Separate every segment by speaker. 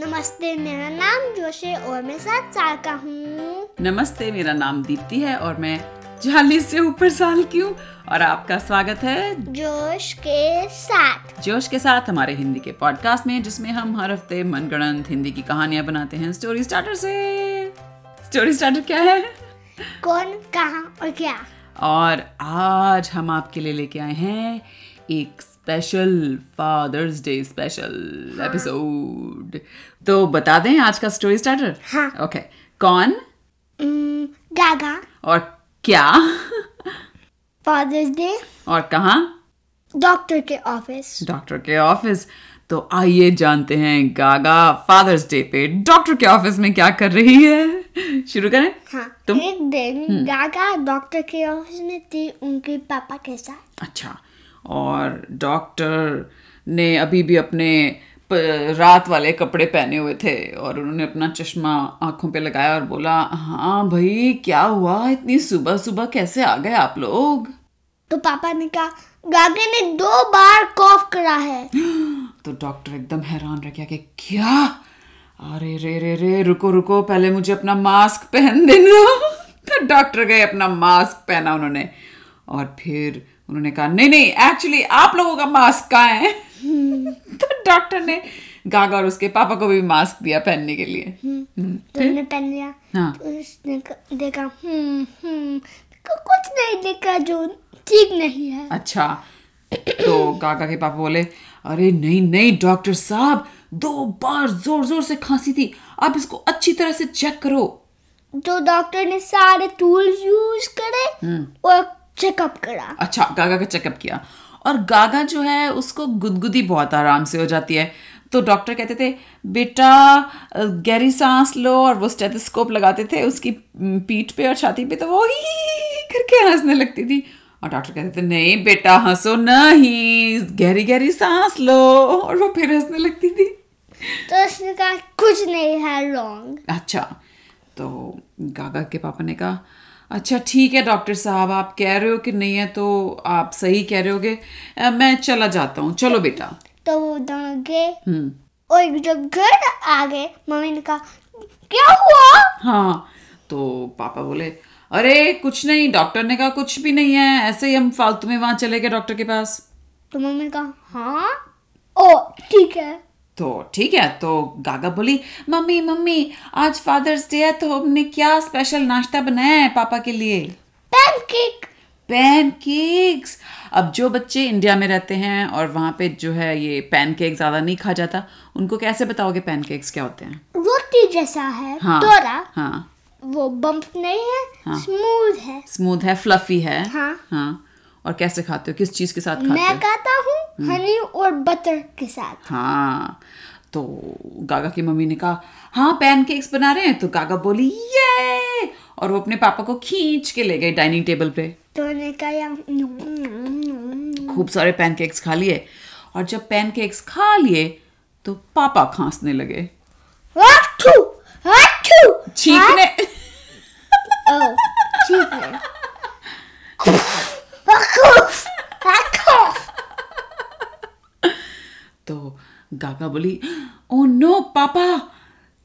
Speaker 1: नमस्ते मेरा नाम जोश है और मैं सात साल का हूँ
Speaker 2: नमस्ते मेरा नाम दीप्ति है और मैं चालीस से ऊपर साल की हूँ और आपका स्वागत है
Speaker 1: जोश के साथ
Speaker 2: जोश के साथ हमारे हिंदी के पॉडकास्ट में जिसमें हम हर हफ्ते मनगढ़ंत हिंदी की कहानियां बनाते हैं स्टोरी स्टार्टर से स्टोरी स्टार्टर क्या है
Speaker 1: कौन कहाँ और क्या
Speaker 2: और आज हम आपके लिए लेके आए हैं एक special fathers day special episode तो बता दें आज का स्टोरी स्टार्टर
Speaker 1: हाँ।
Speaker 2: ओके कौन
Speaker 1: उम्म, गागा
Speaker 2: और क्या
Speaker 1: फादर्स डे
Speaker 2: और कहाँ
Speaker 1: डॉक्टर के ऑफिस
Speaker 2: डॉक्टर के ऑफिस तो आइए जानते हैं गागा फादर्स डे पे डॉक्टर के ऑफिस में क्या कर रही है शुरू करें
Speaker 1: हाँ
Speaker 2: तुम- हम्म।
Speaker 1: एक दिन गागा डॉक्टर के ऑफिस में थी उनके पापा के साथ
Speaker 2: अच्छा और डॉक्टर ने अभी भी अपने प- रात वाले कपड़े पहने हुए थे और उन्होंने अपना चश्मा आंखों पे लगाया और बोला हाँ भाई क्या हुआ इतनी सुबह सुबह कैसे आ गए आप लोग
Speaker 1: तो पापा ने कहा गागा ने दो बार कॉफ करा है
Speaker 2: तो डॉक्टर एकदम हैरान रह गया कि क्या अरे रे रे रे रुको रुको पहले मुझे अपना मास्क पहन देना तो डॉक्टर गए अपना मास्क पहना उन्होंने और फिर उन्होंने कहा नहीं नहीं एक्चुअली आप लोगों का मास्क कहाँ है तो डॉक्टर ने गागा और उसके पापा को भी मास्क दिया पहनने के लिए
Speaker 1: तो उन्होंने पहन लिया
Speaker 2: हम्म। हाँ
Speaker 1: तो उसने क- देखा हम्म हम्म को कुछ नहीं देखा जो ठीक नहीं है
Speaker 2: अच्छा तो काका के पापा बोले अरे नहीं नहीं डॉक्टर साहब दो बार जोर जोर से खांसी थी आप इसको अच्छी तरह से चेक करो
Speaker 1: तो डॉक्टर ने सारे टूल्स यूज करे
Speaker 2: हम्म।
Speaker 1: और चेकअप करा
Speaker 2: अच्छा गागा का चेकअप किया और गागा जो है उसको गुदगुदी बहुत आराम से हो जाती है तो डॉक्टर कहते थे बेटा अ, गहरी सांस लो और वो स्टेथोस्कोप लगाते थे उसकी म, पीठ पे और छाती पे तो वो ही करके हंसने लगती थी और डॉक्टर कहते थे नहीं बेटा हंसो नहीं गहरी गहरी सांस लो और वो फिर हंसने लगती थी
Speaker 1: तो उसने कहा कुछ नहीं है रॉन्ग
Speaker 2: अच्छा तो गागा के पापा ने कहा अच्छा ठीक है डॉक्टर साहब आप कह रहे हो कि नहीं है तो आप सही कह रहे होगे अ, मैं चला जाता हूँ चलो बेटा
Speaker 1: तो वो दोनों गए
Speaker 2: हम्म
Speaker 1: और जब घर आ गए मम्मी ने कहा क्या हुआ
Speaker 2: हाँ तो पापा बोले अरे कुछ नहीं डॉक्टर ने कहा कुछ भी नहीं है ऐसे ही हम फालतू में वहाँ चले गए डॉक्टर के पास
Speaker 1: तो मम्मी ने कहा हाँ ओ ठीक है
Speaker 2: तो ठीक है तो गागा बोली मम्मी मम्मी आज फादर्स डे है तो हमने क्या स्पेशल नाश्ता बनाया है पापा के लिए
Speaker 1: पैनकेक
Speaker 2: पैनकेक्स अब जो बच्चे इंडिया में रहते हैं और वहाँ पे जो है ये पैनकेक ज़्यादा नहीं खा जाता उनको कैसे बताओगे पैनकेक्स क्या होते हैं
Speaker 1: रोटी जैसा है
Speaker 2: हाँ
Speaker 1: दोरा
Speaker 2: हाँ
Speaker 1: वो बम्प नहीं है स्मूथ है
Speaker 2: स्मूथ है फ्लफी है
Speaker 1: हाँ।
Speaker 2: हाँ और कैसे खाते हो किस चीज़ के साथ खाते हम्म।
Speaker 1: मैं
Speaker 2: हो
Speaker 1: खाता हूँ हनी और बटर के साथ
Speaker 2: हाँ तो गागा की मम्मी ने कहा हाँ पैनकेक्स बना रहे हैं तो गागा बोली ये और वो अपने पापा को खींच के ले गए डाइनिंग टेबल पे
Speaker 1: तो उन्होंने कहा "यम,
Speaker 2: खूब सारे पैनकेक्स खा लिए और जब पैनकेक्स खा लिए तो पापा खांसने लगे
Speaker 1: Achoo! Achoo!
Speaker 2: छींकने
Speaker 1: Oh, cheating. Achoo! Achoo!
Speaker 2: तो गागा बोली ओ नो पापा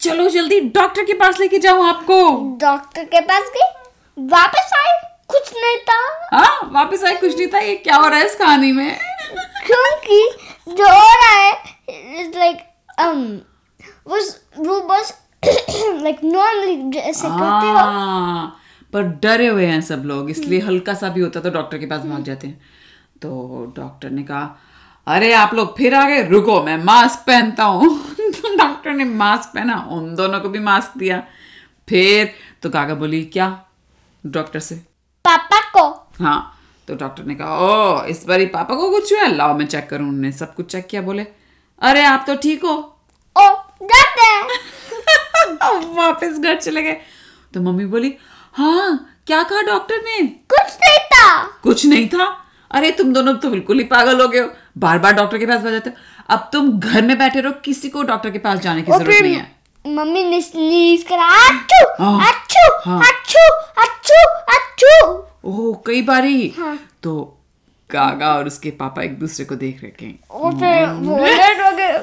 Speaker 2: चलो जल्दी डॉक्टर के पास लेके जाओ आपको
Speaker 1: डॉक्टर के पास गई वापस आए कुछ नहीं था
Speaker 2: हाँ वापस आए कुछ नहीं था ये क्या हो रहा है इस कहानी में
Speaker 1: अच्छा, क्योंकि जो हो रहा है लाइक um वो वो बस लाइक नॉर्मली जैसे करते हो
Speaker 2: हाँ पर डरे हुए हैं सब लोग इसलिए हल्का सा भी होता है तो डॉक्टर के पास भाग जाते हैं तो डॉक्टर ने कहा अरे आप लोग फिर आ गए रुको मैं मास्क पहनता हूँ तो डॉक्टर ने मास्क पहना उन दोनों को भी मास्क दिया फिर तो गागा बोली क्या डॉक्टर से
Speaker 1: पापा को
Speaker 2: हाँ तो डॉक्टर ने कहा ओ इस बारी पापा को कुछ हुआ है? लाओ मैं चेक करूँ उन्होंने सब कुछ चेक किया बोले अरे आप तो ठीक हो
Speaker 1: ओ जाते हैं
Speaker 2: वापस घर चले गए तो मम्मी बोली हाँ क्या कहा डॉक्टर ने
Speaker 1: कुछ नहीं था
Speaker 2: कुछ नहीं था अरे तुम दोनों तो बिल्कुल ही पागल हो गए हो बार बार डॉक्टर के पास बजाते हो अब तुम घर में बैठे रहो किसी को डॉक्टर के पास जाने की
Speaker 1: और
Speaker 2: जरूरत
Speaker 1: फिर
Speaker 2: नहीं है
Speaker 1: मम्मी ने स्नीज करा अच्छू
Speaker 2: हाँ,
Speaker 1: अच्छू
Speaker 2: हाँ।
Speaker 1: अच्छू अच्छू अच्छू
Speaker 2: ओह कई बारी
Speaker 1: हाँ।
Speaker 2: तो गागा और उसके पापा एक दूसरे को देख रहे हैं
Speaker 1: और फिर वो रेड हो गए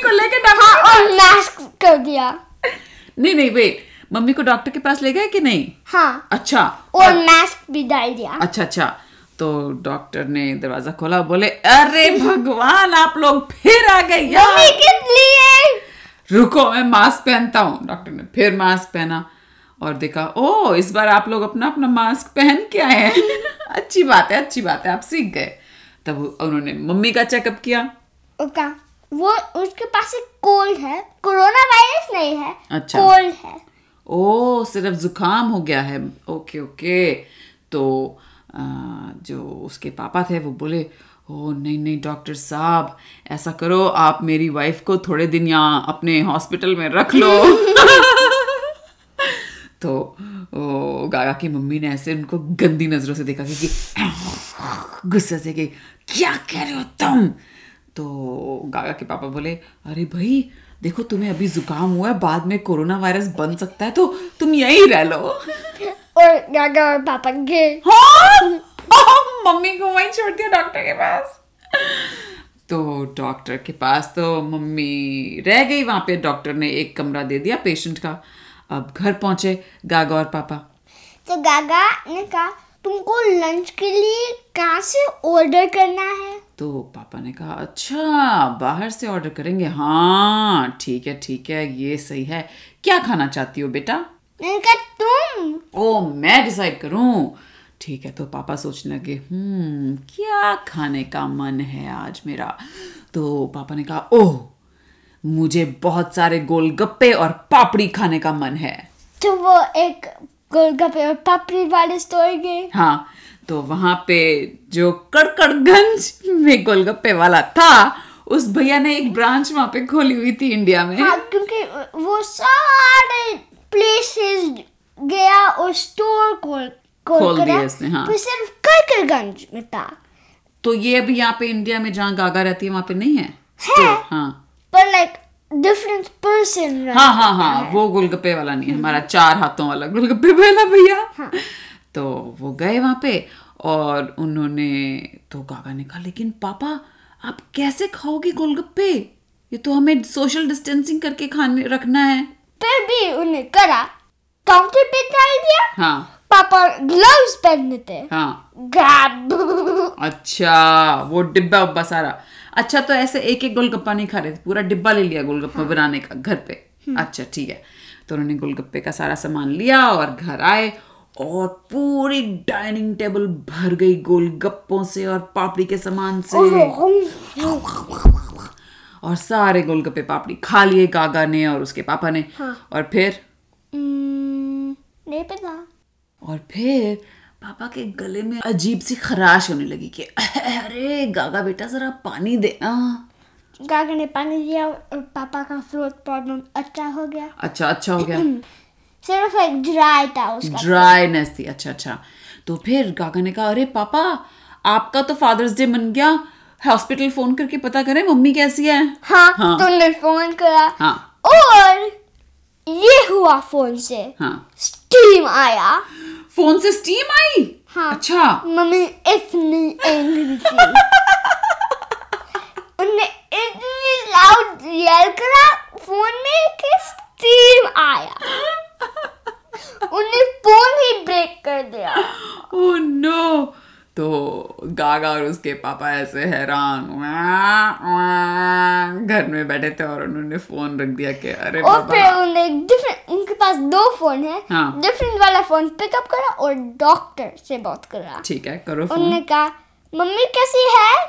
Speaker 1: और मास्क कर दिया
Speaker 2: नहीं नहीं वेट मम्मी को डॉक्टर के पास ले गए कि नहीं
Speaker 1: हाँ
Speaker 2: अच्छा
Speaker 1: और मास्क भी डाल दिया
Speaker 2: अच्छा अच्छा तो डॉक्टर ने दरवाजा खोला बोले अरे भगवान आप लोग फिर आ गए यार
Speaker 1: मम्मी के लिए
Speaker 2: रुको मैं मास्क पहनता हूँ डॉक्टर ने फिर मास्क पहना और देखा ओ इस बार आप लोग अपना अपना मास्क पहन के आए हैं अच्छी बात है अच्छी बात है आप सीख गए तब उन्होंने मम्मी का चेकअप किया
Speaker 1: उसका वो उसके पास एक कोल्ड है कोरोना वायरस नहीं है
Speaker 2: अच्छा।
Speaker 1: कोल्ड है
Speaker 2: ओ सिर्फ जुकाम हो गया है ओके ओके तो अ, जो उसके पापा थे वो बोले ओ नहीं नहीं डॉक्टर साहब ऐसा करो आप मेरी वाइफ को थोड़े दिन यहाँ अपने हॉस्पिटल में रख लो तो ओ, गागा की मम्मी ने ऐसे उनको गंदी नजरों से देखा कि, कि गुस्से से कि क्या कह रहे हो तुम तो गागा के पापा बोले अरे भाई देखो तुम्हें अभी जुकाम हुआ है बाद में कोरोना वायरस बन सकता है तो तुम यहीं रह लो
Speaker 1: और गागा और पापा गए
Speaker 2: हाँ हाँ, मम्मी को वहीं छोड़ दिया डॉक्टर के पास तो डॉक्टर के पास तो मम्मी रह गई वहां पे डॉक्टर ने एक कमरा दे दिया पेशेंट का अब घर पहुंचे गागा और पापा
Speaker 1: तो गागा ने कहा तुमको लंच के लिए कहाँ से ऑर्डर करना है
Speaker 2: तो पापा ने कहा अच्छा बाहर से ऑर्डर करेंगे हाँ ठीक है ठीक है ये सही है क्या खाना चाहती हो बेटा
Speaker 1: मैंने कहा तुम
Speaker 2: ओ मैं डिसाइड करूं ठीक है तो पापा सोचने लगे हम्म क्या खाने का मन है आज मेरा तो पापा ने कहा ओह मुझे बहुत सारे गोलगप्पे और पापड़ी खाने का मन है
Speaker 1: तो वो एक गोलगप्पे और पापड़ी वाले स्टोर गए
Speaker 2: हाँ तो वहां पे जो कड़कड़गंज में गोलगप्पे वाला था उस भैया ने एक ब्रांच वहां पे खोली हुई थी इंडिया में
Speaker 1: हाँ क्योंकि वो सारे प्लेसेस गया और स्टोर खोल
Speaker 2: खोल
Speaker 1: खोल
Speaker 2: दिया
Speaker 1: करा
Speaker 2: इसने, हाँ।
Speaker 1: पर सिर्फ करकरगंज में था
Speaker 2: तो ये अभी यहाँ पे इंडिया में जहाँ गागा रहती है वहां पे नहीं है
Speaker 1: है।
Speaker 2: हाँ
Speaker 1: पर लाइक डिफरेंट पर्सन
Speaker 2: हाँ हाँ हाँ वो गोलगप्पे वाला नहीं है, हमारा चार हाथों वाला गोलगप्पे वाला भैया तो वो गए वहां पे और उन्होंने तो गागा ने कहा लेकिन पापा आप कैसे खाओगे गोलगप्पे ये तो हमें सोशल डिस्टेंसिंग करके खाने रखना है
Speaker 1: फिर भी उन्हें करा काउंटर पे डाल दिया
Speaker 2: हाँ
Speaker 1: पापा ग्लव्स पहनने थे
Speaker 2: हाँ
Speaker 1: गाब
Speaker 2: अच्छा वो डिब्बा उब्बा सारा अच्छा तो ऐसे एक एक गोलगप्पा नहीं खा रहे थे पूरा डिब्बा ले लिया गोलगप्पा बनाने का घर पे अच्छा ठीक है तो उन्होंने गोलगप्पे का सारा सामान लिया और घर आए और पूरी डाइनिंग टेबल भर गई गोलगप्पों से और पापड़ी के सामान से और सारे गोलगप्पे पापड़ी खा लिए गागा ने और उसके पापा ने और फिर
Speaker 1: हम्म, नहीं पता
Speaker 2: और फिर पापा के गले में अजीब सी खराश होने लगी कि अरे गागा बेटा जरा पानी दे हाँ। ना
Speaker 1: गागा ने पानी दिया और पापा का थ्रोट प्रॉब्लम अच्छा हो गया
Speaker 2: अच्छा अच्छा हो गया
Speaker 1: सिर्फ एक ड्राई था उसका
Speaker 2: ड्राईनेस थी अच्छा अच्छा तो फिर गागा ने कहा अरे पापा आपका तो फादर्स डे मन गया हॉस्पिटल फोन करके पता करें मम्मी कैसी है
Speaker 1: हाँ,
Speaker 2: हाँ।
Speaker 1: तो उन्होंने फोन करा
Speaker 2: हाँ
Speaker 1: और ये हुआ फोन से
Speaker 2: हाँ
Speaker 1: स्टीम आया
Speaker 2: फोन से स्टीम आई
Speaker 1: हाँ।
Speaker 2: अच्छा
Speaker 1: मम्मी इतनी एंग्री थी उनने इतनी लाउड यell करा फोन में कि स्टीम आया उन्हें फोन ही ब्रेक कर दिया
Speaker 2: ओह नो Oh तो गागा और उसके पापा ऐसे हैरान "वाह, वाह" घर में बैठे थे और उन्होंने फोन रख दिया कि अरे
Speaker 1: और
Speaker 2: बाबा
Speaker 1: फिर उन्हें एक डिफरेंट उनके पास दो फोन है
Speaker 2: हाँ।
Speaker 1: डिफरेंट वाला फोन पिकअप करा और डॉक्टर से बात करा
Speaker 2: ठीक है करो फोन
Speaker 1: उन्होंने कहा मम्मी कैसी है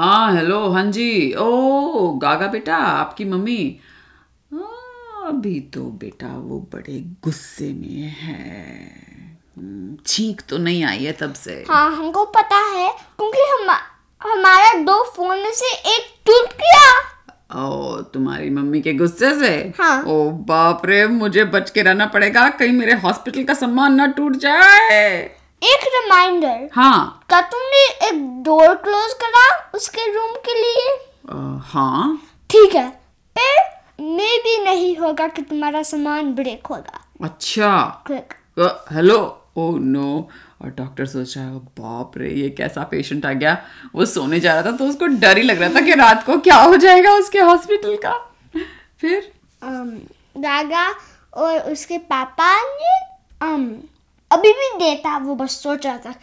Speaker 2: हाँ हेलो हाँ जी ओ गागा बेटा आपकी मम्मी "हाँ, अभी तो बेटा वो बड़े गुस्से में है हम्म, छींक तो नहीं आई है तब से
Speaker 1: हाँ हमको पता है क्योंकि हम हमारा दो फोन में से एक टूट गया
Speaker 2: ओ तुम्हारी मम्मी के गुस्से से
Speaker 1: हाँ।
Speaker 2: ओ बाप रे मुझे बच के रहना पड़ेगा कहीं मेरे हॉस्पिटल का सम्मान ना टूट जाए
Speaker 1: एक रिमाइंडर
Speaker 2: हाँ
Speaker 1: क्या तुमने एक डोर क्लोज करा उसके रूम के लिए
Speaker 2: अ, हाँ
Speaker 1: ठीक है पर मे भी नहीं होगा कि तुम्हारा सामान ब्रेक होगा
Speaker 2: अच्छा
Speaker 1: क्लिक
Speaker 2: अ, हेलो ओ नो Oh, और डॉक्टर सोच रहा है बाप रे ये कैसा पेशेंट आ गया वो सोने जा रहा था तो उसको डर ही लग रहा था कि रात को क्या हो जाएगा उसके हॉस्पिटल का फिर
Speaker 1: um, गागा और उसके पापा ने um, अभी भी देता वो बस सोच रहा था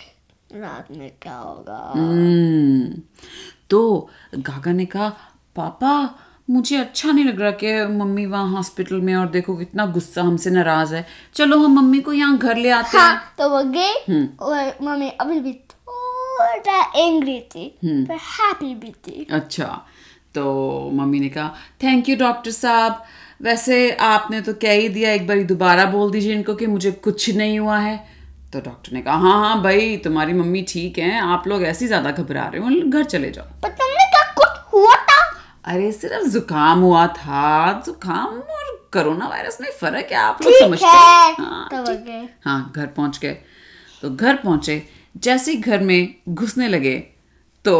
Speaker 1: रात में क्या होगा
Speaker 2: हम्म, तो गागा ने कहा पापा मुझे अच्छा नहीं लग रहा कि मम्मी वहाँ हॉस्पिटल में और देखो इतना गुस्सा हमसे नाराज है चलो हम मम्मी को यहाँ घर ले आते हैं
Speaker 1: हाँ तो वो गई
Speaker 2: हम्म।
Speaker 1: और मम्मी अभी भी थोड़ा एंग्री थी
Speaker 2: हम्म।
Speaker 1: पर हैप्पी भी थी
Speaker 2: अच्छा तो मम्मी ने कहा थैंक यू डॉक्टर साहब वैसे आपने तो कह ही दिया एक बार दोबारा बोल दीजिए इनको कि मुझे कुछ नहीं हुआ है तो डॉक्टर ने कहा हाँ हाँ भाई तुम्हारी मम्मी ठीक है आप लोग ऐसे ही ज़्यादा घबरा रहे हो घर चले जाओ
Speaker 1: पर तुमने क्या कुछ हुआ था
Speaker 2: अरे सिर्फ जुकाम हुआ था जुकाम और कोरोना वायरस में फर्क है आप लोग
Speaker 1: ठीक
Speaker 2: समझते
Speaker 1: है
Speaker 2: हो? हाँ,
Speaker 1: तो वो गए
Speaker 2: हाँ घर पहुंच गए तो घर पहुंचे जैसे ही घर में घुसने लगे तो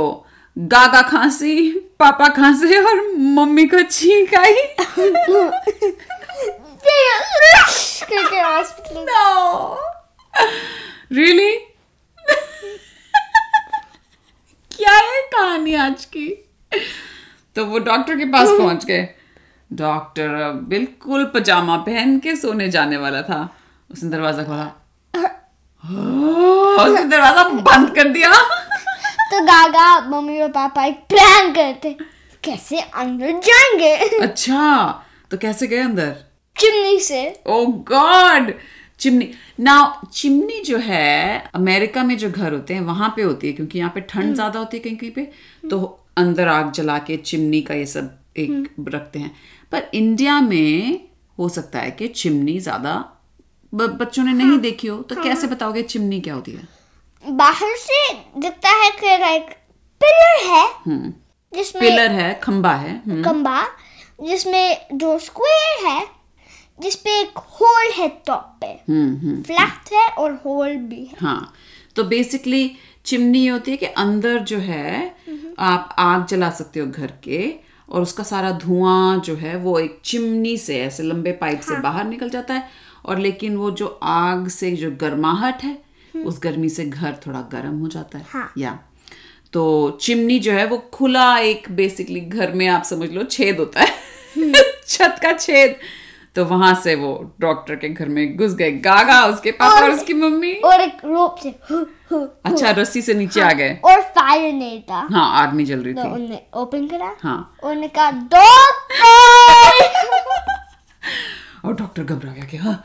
Speaker 2: गागा खांसी पापा खांसे और मम्मी को छींक आई
Speaker 1: फिर rush करके हॉस्पिटल
Speaker 2: नो रियली क्या है कहानी आज की तो वो डॉक्टर के पास पहुंच गए डॉक्टर अब बिल्कुल पजामा पहन के सोने जाने वाला था उसने दरवाजा खोला ओह, उसने दरवाजा बंद कर दिया
Speaker 1: तो गागा मम्मी और पापा एक प्लान करते कैसे अंदर जाएंगे
Speaker 2: अच्छा तो कैसे गए अंदर
Speaker 1: चिमनी से
Speaker 2: oh god Oh chimney now chimney जो है अमेरिका में जो घर होते हैं वहां पे होती है क्योंकि यहाँ पे ठंड ज्यादा होती है कहीं कहीं पे तो अंदर आग जला के चिमनी का ये सब एक रखते हैं पर इंडिया में हो सकता है कि चिमनी ज्यादा ब- बच्चों ने नहीं देखी हो तो कैसे बताओगे चिमनी क्या होती है
Speaker 1: बाहर से दिखता है कि लाइक पिलर है
Speaker 2: हम्म
Speaker 1: जिसमें
Speaker 2: पिलर है खंबा है हम्म,
Speaker 1: खंबा जिसमें दो स्क्वायर है जिसपे एक होल है टॉप पे
Speaker 2: हम्म हम्म
Speaker 1: फ्लैट है और होल भी है
Speaker 2: हाँ तो बेसिकली चिमनी ये होती है कि अंदर जो है आप आग जला सकते हो घर के और उसका सारा धुआं जो है वो एक चिमनी से ऐसे लंबे पाइप से बाहर निकल जाता है और लेकिन वो जो आग से जो गर्माहट है उस गर्मी से घर थोड़ा गर्म हो जाता है
Speaker 1: हाँ।
Speaker 2: या तो चिमनी जो है वो खुला एक बेसिकली घर में आप समझ लो छेद होता है छत का छेद तो वहां से वो डॉक्टर के घर में घुस गए गागा उसके पापा और उसकी मम्मी
Speaker 1: और एक रोप से हु, हु,
Speaker 2: अच्छा रस्सी से नीचे आ गए
Speaker 1: और फायर नहीं था
Speaker 2: हाँ आर्मी जल रही
Speaker 1: तो
Speaker 2: थी
Speaker 1: उनने ओपन करा
Speaker 2: हाँ
Speaker 1: उन्होंने कहा दो
Speaker 2: और डॉक्टर घबरा गया कि हाँ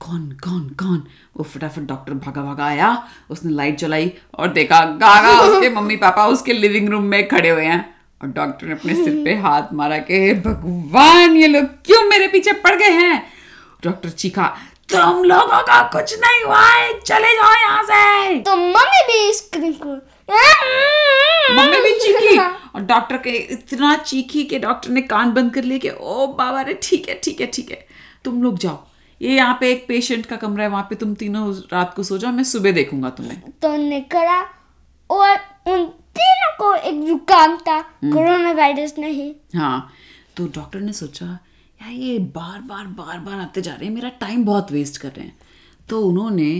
Speaker 2: कौन कौन कौन वो फटाफट डॉक्टर भागा भागा आया उसने लाइट जलाई और देखा गागा उसके मम्मी पापा उसके लिविंग रूम में खड़े हुए हैं और डॉक्टर ने अपने सिर पे हाथ मारा कि "हे भगवान ये लोग क्यों मेरे पीछे पड़ गए हैं डॉक्टर चीखा तुम लोगों का कुछ नहीं हुआ है चले जाओ यहाँ से
Speaker 1: तो मम्मी भी स्क्रीन को
Speaker 2: मम्मी भी चीखी और डॉक्टर के इतना चीखी कि डॉक्टर ने कान बंद कर लिए कि ओ बाबा रे ठीक है ठीक है ठीक है तुम लोग जाओ ये यहाँ पे एक पेशेंट का कमरा है वहाँ पे तुम तीनों रात को सो जाओ मैं सुबह देखूंगा तुम्हें
Speaker 1: तो उनने करा और उन तीनों को एक जुकाम था कोरोना वायरस नहीं
Speaker 2: हाँ तो डॉक्टर ने सोचा यार ये बार बार बार बार आते जा रहे हैं मेरा टाइम बहुत वेस्ट कर रहे हैं तो उन्होंने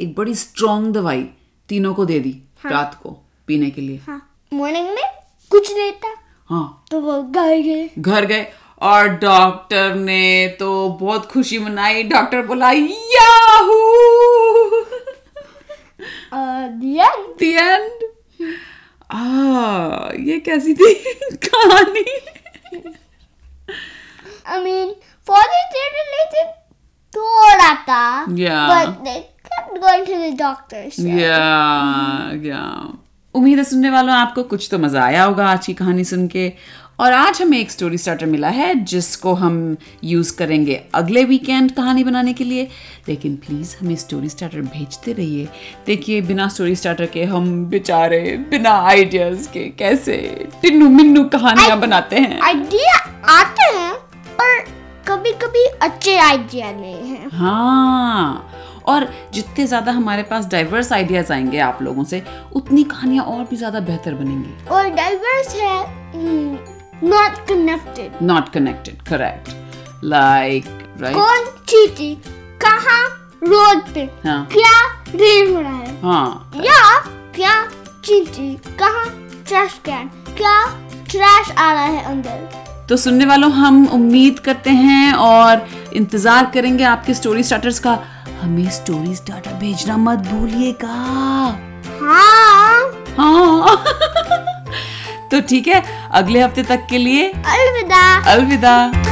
Speaker 2: एक बड़ी स्ट्रॉन्ग दवाई तीनों को दे दी रात को पीने के लिए
Speaker 1: हाँ मॉर्निंग में कुछ नहीं था
Speaker 2: हाँ
Speaker 1: तो वो गए गए
Speaker 2: घर गए और डॉक्टर ने तो बहुत खुशी मनाई डॉक्टर बोला याहू
Speaker 1: और दिया
Speaker 2: द एंड आ ये कैसी थी कहानी
Speaker 1: I mean, father did related थोड़ा था
Speaker 2: Yeah.
Speaker 1: but they kept going to the doctors
Speaker 2: या या उम्मीद है सुनने वालों आपको कुछ तो मजा आया होगा आज की कहानी सुन के और आज हमें एक स्टोरी स्टार्टर मिला है जिसको हम यूज करेंगे अगले वीकेंड कहानी बनाने के लिए लेकिन प्लीज हमें स्टोरी स्टार्टर भेजते रहिए देखिए बिना स्टोरी स्टार्टर के हम बेचारे बिना आइडियाज के कैसे टिन्नू मिन्नू कहानियां बनाते हैं
Speaker 1: आइडिया आते हैं और कभी कभी अच्छे आइडिया नहीं है
Speaker 2: हाँ और जितने ज्यादा हमारे पास डाइवर्स आइडियाज आएंगे आप लोगों से उतनी कहानियां और भी ज्यादा बेहतर बनेंगी
Speaker 1: और hmm, डाइवर्स है not connected
Speaker 2: not connected correct like right
Speaker 1: कौन चीटी कहाँ रोड पे
Speaker 2: हाँ
Speaker 1: क्या रेल हो रहा है
Speaker 2: हाँ
Speaker 1: या क्या चीटी कहाँ ट्रैश कैन क्या ट्रैश आ रहा है अंदर
Speaker 2: तो सुनने वालों हम उम्मीद करते हैं और इंतज़ार करेंगे आपके स्टोरी स्टार्टर्स का हमें स्टोरी स्टार्टर भेजना मत भूलिएगा
Speaker 1: हाँ
Speaker 2: हाँ तो ठीक है अगले हफ्ते तक के लिए
Speaker 1: अलविदा
Speaker 2: अलविदा